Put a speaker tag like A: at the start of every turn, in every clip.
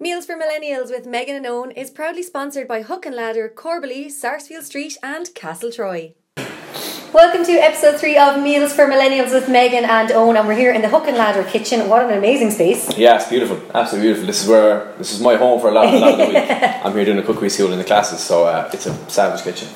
A: Breakfast for Millennials with Megan and Owen is proudly sponsored by Hook and Ladder, Corbally, Sarsfield Street, and Castle Troy. Welcome to episode three of Meals for Millennials with Megan and Owen, and we're here in the Hook and Ladder kitchen. What an amazing space!
B: Yeah, it's beautiful. Absolutely beautiful. This is where this is my home for a lot, a lot of the week. I'm here doing a cookery school in the classes, so uh, it's a savage kitchen.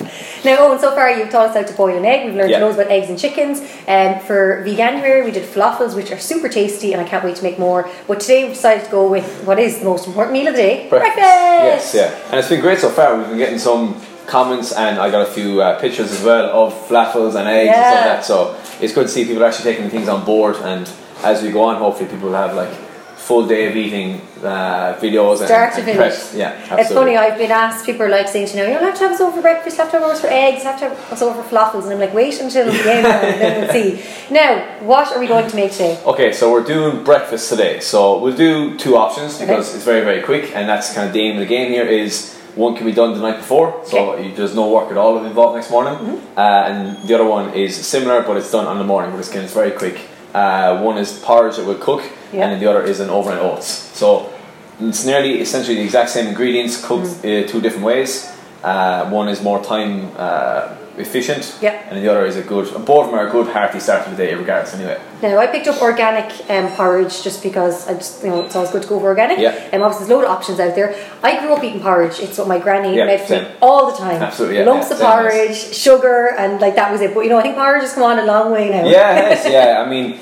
A: Now, Owen, so far you've taught us how to boil an egg. We've learned
B: Yeah.
A: loads about eggs and chickens. Um, for veganuary, we did falafels, which are super tasty, and I can't wait to make more. But today we decided to go with what is the most important meal of the day: breakfast.
B: Yes, yeah. And it's been great so far. We've been getting some comments, and I got a few uh, pictures as well of falafels and eggs
A: Yeah.
B: and stuff like that. So it's good to see people actually taking things on board. And as we go on, hopefully, people will have like full day of eating uh, videos
A: Start to
B: and,
A: finish.
B: and preps. Yeah, absolutely.
A: It's funny, I've been asked, people are like saying to me, you'll have to have us over for breakfast, you'll have to have us for eggs, you'll have to have us over for falafels. And I'm like, wait until the game and then we'll see. Now, what are we going to make today?
B: Okay, so we're doing breakfast today. So we'll do two options because it's very, very quick, and that's kind of the aim of the game here. Is one can be done the night before, so you, there's no work at all involved next morning,
A: Mm-hmm.
B: uh, and the other one is similar, but it's done on the morning. But it's, again, it's very quick. Uh, one is porridge that we'll cook,
A: Yeah.
B: and then the other is an overnight oats. So it's nearly essentially the exact same ingredients cooked
A: Mm-hmm.
B: uh, two different ways. Uh, one is more time uh, efficient,
A: Yeah.
B: and the other is a good. Both of them are a good hearty start to the day, regardless. Anyway.
A: Now, I picked up organic um, porridge just because I just, you know, it's always good to go for organic.
B: Yeah.
A: And obviously, there's a load of options out there. I grew up eating porridge. It's what my granny
B: Yeah,
A: made for
B: same.
A: me all the time.
B: Absolutely, yeah,
A: Lumps
B: yeah,
A: of
B: same as-
A: porridge, sugar, and like that was it. But you know, I think porridge has come on a long way now.
B: yeah, it is, yeah. I mean,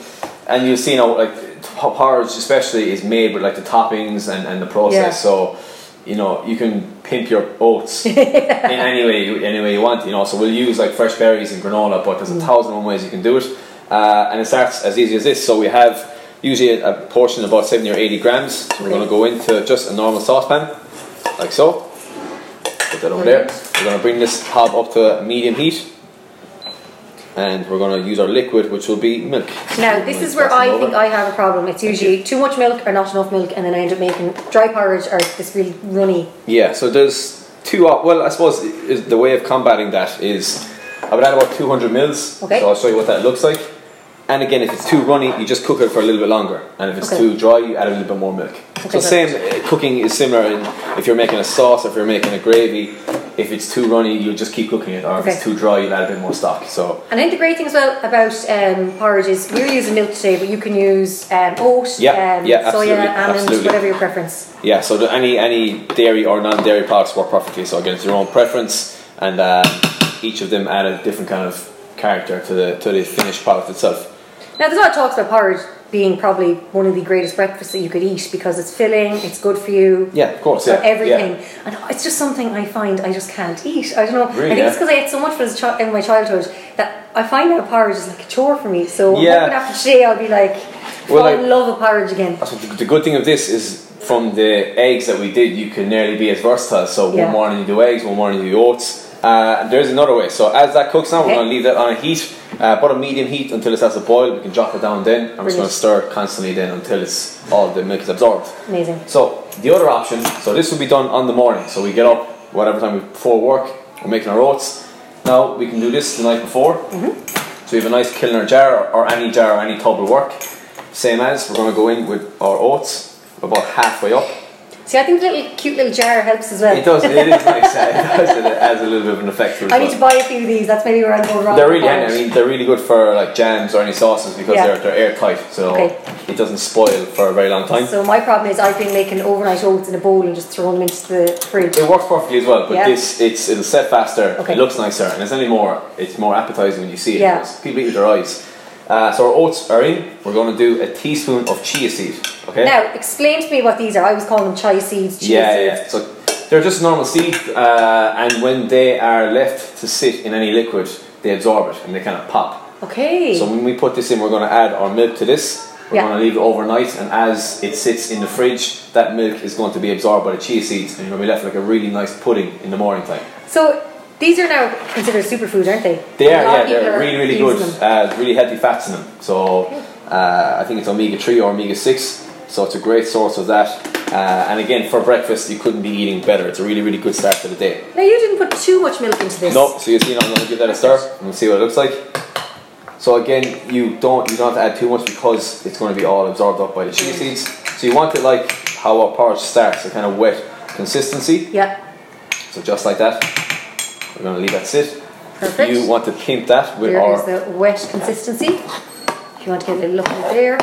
B: and you see, you know, like po- porridge especially is made with like the toppings and, and the process.
A: Yeah.
B: So, you know, you can pimp your oats in any way you, any way you want. You know, so we'll use like fresh berries and granola, but there's a thousand and one ways you can do it. Uh, and it starts as easy as this. So we have usually a, a portion of about seventy or eighty grams. So we're going to go into just a normal saucepan, like so. Put that over there. We're going to bring this hob up to medium heat and we're going to use our liquid, which will be milk.
A: Now, this is where I think I have a problem. It's usually too much milk or not enough milk, and then I end up making dry porridge or this really runny.
B: Yeah, so there's two. Op- well, I suppose i- is the way of combating that is I would add about 200 mils.
A: Okay.
B: So I'll show you what that looks like. And again, if it's too runny, you just cook it for a little bit longer. And if it's
A: Okay.
B: too dry, you add a little bit more milk.
A: Okay,
B: so same uh, cooking is similar. In, if you're making a sauce, if you're making a gravy, if it's too runny, you'll just keep cooking it. Or if
A: Okay.
B: it's too dry, you'll add a bit more stock. So
A: And I think the great thing as well about um, porridge is we're using milk today, but you can use um, oat,
B: Yeah,
A: um,
B: yeah, absolutely,
A: soya, almond,
B: absolutely.
A: whatever your preference.
B: Yeah, so the, any any dairy or non-dairy products work perfectly. So again, it's your own preference, and um, each of them add a different kind of character to the to the finished product itself.
A: Now, there's a lot of talks about porridge being probably one of the greatest breakfasts that you could eat because it's filling, it's good for you.
B: Yeah, of course.
A: for
B: Yeah,
A: everything,
B: Yeah.
A: and it's just something I find I just can't eat. I don't know. I
B: Really,
A: think it's
B: yeah?
A: because I ate so much for the chi- in my childhood that I find now porridge is like a chore for me. So
B: Yeah.
A: hoping after today I'll be like,
B: Well,
A: fall
B: like-
A: in love with porridge again.
B: So the, the good thing of this is from the eggs that we did, you can nearly be as versatile. So
A: Yeah.
B: one morning you do eggs, one morning you do oats. Uh, there's another way. So as that cooks now,
A: Okay.
B: we're going to leave that on a heat, uh, about a medium heat until it starts to boil. We can drop it down then, and we're just going
A: Brilliant.
B: to stir constantly then until it's all the milk is absorbed.
A: Amazing.
B: So the other option, so this will be done on the morning. So we get up whatever time we before work, we're making our oats. Now we can do this the night before.
A: Mm-hmm.
B: So we have a nice Kilner jar or, or any jar or any tub will work. Same as we're going to go in with our oats about halfway up.
A: See, I think the little cute little jar helps as well.
B: It does. It is nice. uh, It does. It adds a little bit of an effect to it.
A: I
B: as
A: need
B: well.
A: to buy a few of these. That's maybe where I go wrong.
B: They're
A: with
B: really, handy.
A: porridge.
B: I mean, they're really good for like jams or any sauces because
A: Yeah.
B: they're, they're airtight, so
A: Okay.
B: it doesn't spoil for a very long time.
A: So my problem is I've been making overnight oats in a bowl and just throwing them into the fridge.
B: It works perfectly as well, but
A: Yeah.
B: this it's it'll set faster.
A: Okay.
B: It looks nicer, and it's only more it's more appetizing when you see it.
A: Yeah.
B: because People eat with their eyes. Uh, so our oats are in. We're going to do a teaspoon of chia seed. Okay.
A: Now, explain to me what these are. I was calling them chai seeds. chia
B: yeah,
A: seeds.
B: yeah. So they're just normal seed, uh, and when they are left to sit in any liquid, they absorb it and they kind of pop.
A: Okay.
B: So when we put this in, we're going to add our milk to this. We're
A: Yeah.
B: going to leave it overnight, and as it sits in the fridge, that milk is going to be absorbed by the chia seeds, and you're going to be left with like a really nice pudding in the morning time.
A: So these are now considered superfood, aren't they?
B: They
A: A
B: are,
A: lot
B: yeah,
A: of people
B: they're
A: are
B: really, really
A: using
B: good.
A: them.
B: Uh, really healthy fats in them. So uh, I think it's omega 3 or omega 6. So it's a great source of that. Uh, and again, for breakfast, you couldn't be eating better. It's a really, really good start to the day.
A: Now you didn't put too much milk into this.
B: No, so you see, I'm going to give that a stir and we'll see what it looks like. So again, you don't you don't have to add too much because it's going to be all absorbed up by the chia seeds. So you want it like how our porridge starts, a kind of wet consistency.
A: Yeah.
B: So just like that, we're going to leave that sit.
A: Perfect.
B: You want to pimp that with
A: There is
B: our
A: the wet consistency. If you want to get a little look in there.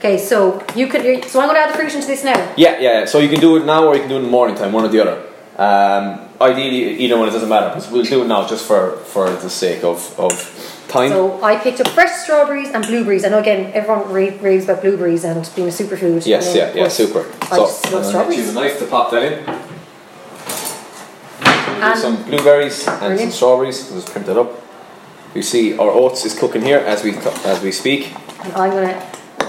A: Okay, so you could. you- So I'm going to add the fruit into this now.
B: yeah, yeah. yeah. So you can do it now, or you can do it in the morning time, one or the other. Um, ideally, either one. It doesn't matter. 'cause we'll do it now just for for the sake of of time.
A: So I picked up fresh strawberries and blueberries. I know again everyone ra- raves about blueberries and being a superfood.
B: yes,
A: and then,
B: yeah,
A: of
B: yeah.
A: course,
B: Super.
A: I
B: so
A: just love
B: I'm gonna
A: strawberries.
B: choose a knife Uh, to pop that in. We'll do
A: And-
B: some blueberries and some
A: Brilliant.
B: strawberries. I'll just print that up. You see, our oats is cooking here as we as we speak.
A: And I'm gonna.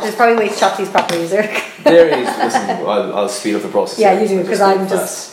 A: There's probably ways to chop these properly, is there?
B: There is. Listen, I'll, I'll speed up the process.
A: Yeah,
B: here.
A: you do,
B: I'll
A: 'cause
B: do it
A: I'm just-
B: fast.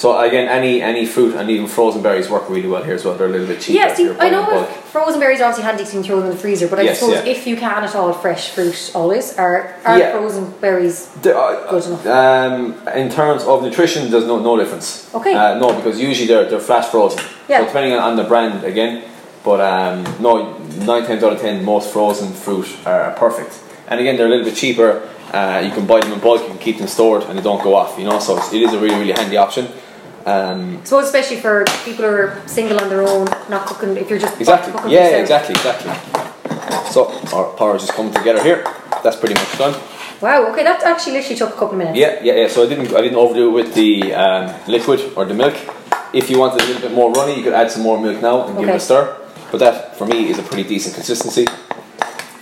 B: So again, any any fruit and even frozen berries work really well here as well. They're a little bit cheaper.
A: yeah,
B: if
A: see,
B: you're
A: I
B: buying in
A: know
B: bulk.
A: if frozen berries are obviously handy 'cause you can throw them in the freezer, but I
B: Yes,
A: suppose
B: yeah.
A: if you can at all, fresh fruit always are, are
B: Yeah. Uh,
A: frozen berries.
B: There are-
A: Good enough.
B: Um, in terms of nutrition, there's no, no difference.
A: Okay.
B: Uh, no, because usually they're, they're flash frozen.
A: Yeah.
B: So depending on, on the brand again, but um, no, nine times out of ten, most frozen fruit are perfect. And again, they're a little bit cheaper. Uh, you can buy them in bulk. You can keep them stored, and they don't go off. You know, so it's, it is a really really handy option. Um,
A: I suppose especially for people who are single on their own, not cooking. If you're just
B: exactly.
A: cooking for
B: Yeah,
A: yourself.
B: exactly, exactly. So our porridge is coming together here. That's pretty much done.
A: Wow. Okay, that actually literally took a couple of minutes.
B: Yeah, yeah, yeah. So I didn't, I didn't overdo it with the um, liquid or the milk. If you wanted a little bit more runny, you could add some more milk now and give it
A: Okay.
B: a stir. But that, for me, is a pretty decent consistency.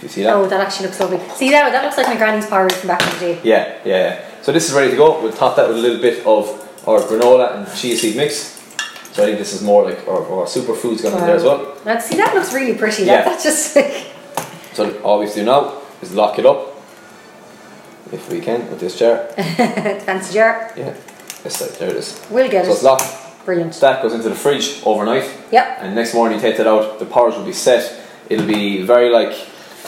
B: You see that?
A: Oh, that actually looks lovely. See that? That looks like my granny's porridge from back in the day.
B: Yeah, yeah, yeah. So this is ready to go. We'll top that with a little bit of our granola and chia seed mix. So I think this is more like our, our superfoods going in there as well.
A: Now, see that looks really pretty.
B: Yeah.
A: That, that's just like
B: So all we have to do now is lock it up, if we can, with this jar.
A: Uh. fancy jar.
B: Yeah, it's like, there it is. So
A: We'll get
B: it's
A: it.
B: locked.
A: Brilliant.
B: That goes into the fridge overnight.
A: Yep.
B: and next morning you take that out, the porridge will be set. It'll be very like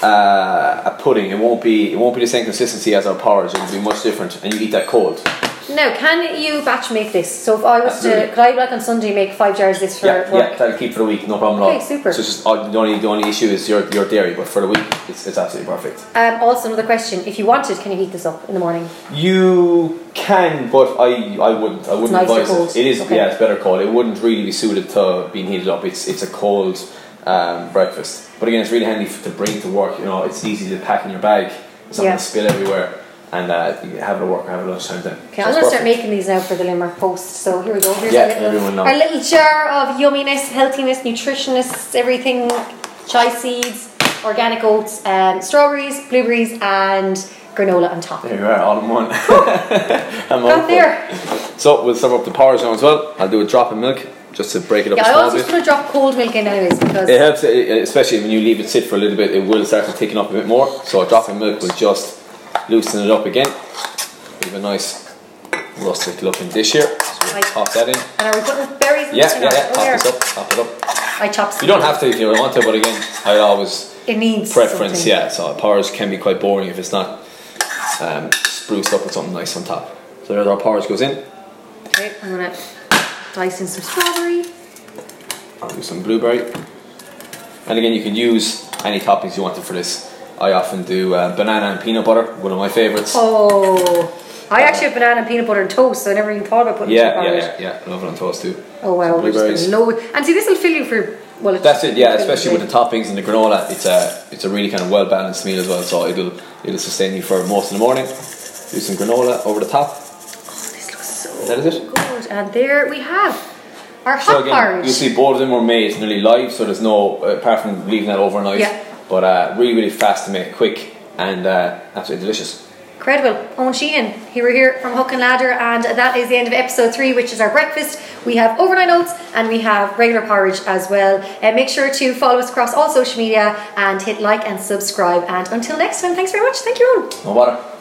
B: uh, a pudding. It won't be it won't be the same consistency as our porridge. It'll be much different, and you eat that cold.
A: Now, can you batch make this? So if I was
B: Absolutely.
A: to, could I like on Sunday make five jars of this for
B: yeah, yeah,
A: work?
B: that'll keep for the week, no problem at all.
A: Okay, super.
B: So it's just uh, the only the only issue is your your dairy, but for the week it's, it's absolutely perfect.
A: Um, also, another question: If you wanted, can you heat this up in the morning?
B: You can, but I I wouldn't I wouldn't
A: nicer
B: advise
A: cold.
B: it. It is
A: Okay.
B: yeah, it's better cold. It wouldn't really be suited to being heated up. It's it's a cold um, breakfast. But again, it's really handy f- to bring to work. You know, it's easy to pack in your bag. It's not
A: Yeah.
B: gonna spill everywhere, and uh, you can have it at work or have it at lunchtime then.
A: Okay,
B: So
A: I'm
B: it's
A: gonna start
B: perfect.
A: making these now for the Limerick Post. So here we go. Here's
B: Yeah,
A: our,
B: everyone
A: little,
B: now.
A: our little jar of yumminess, healthiness, nutritionists, everything, chai seeds, organic oats, um, strawberries, blueberries, and granola on top.
B: There you are, all in one. I'm all
A: Got
B: for it.
A: there.
B: So we'll serve up the porridge now as well. I'll do a drop of milk just to break it up
A: Yeah,
B: a
A: I
B: small
A: always
B: bit.
A: just gonna drop cold milk in anyways because
B: It helps, eh, especially when you leave it sit for a little bit, it will start to thicken up a bit more. So a drop of milk will just loosen it up again. We have a nice rustic looking dish here. So we'll
A: Right.
B: pop that in.
A: and are we putting berries? in
B: Yeah,
A: this or
B: yeah,
A: not?
B: yeah.
A: Oh,
B: Pop this
A: there.
B: up, pop it up.
A: I chopped.
B: You don't have to if you don't want to, but again, I always
A: It needs
B: preference,
A: something.
B: yeah. So porridge can be quite boring if it's not um, spruced up with something nice on top. So there's our porridge goes in.
A: Okay, I'm gonna dice in some strawberry.
B: I'll do some blueberry. And again, you can use any toppings you wanted for this. I often do uh, banana and peanut butter, one of my favourites.
A: Oh, I actually have banana and peanut butter and toast, so I never even thought about putting
B: Yeah,
A: sugar on
B: yeah,
A: it.
B: yeah, yeah. Love it on toast too.
A: Oh wow,
B: Some
A: we're just
B: blueberries.
A: gonna load. And see, this will fill you for well. It's
B: That's it, yeah.
A: it'll fill you
B: Especially
A: for
B: with the toppings and the granola, it's a it's a really kind of well balanced meal as well. So it'll it'll sustain you for most of the morning. Do some granola over the top.
A: days. This looks so
B: That is it.
A: good. And there we have our hot
B: So again,
A: porridge.
B: you see, both of them were made nearly live, so there's no uh, apart from leaving that overnight.
A: Yeah.
B: But uh, really, really fast to make, quick, and uh, absolutely delicious.
A: Incredible. Owen Sheehan, here we're here from Hook and Ladder, and that is the end of episode three, which is our breakfast. We have overnight oats and we have regular porridge as well. Uh, make sure to follow us across all social media and hit like and subscribe. And until next time, thanks very much. Thank you, Owen.
B: No water.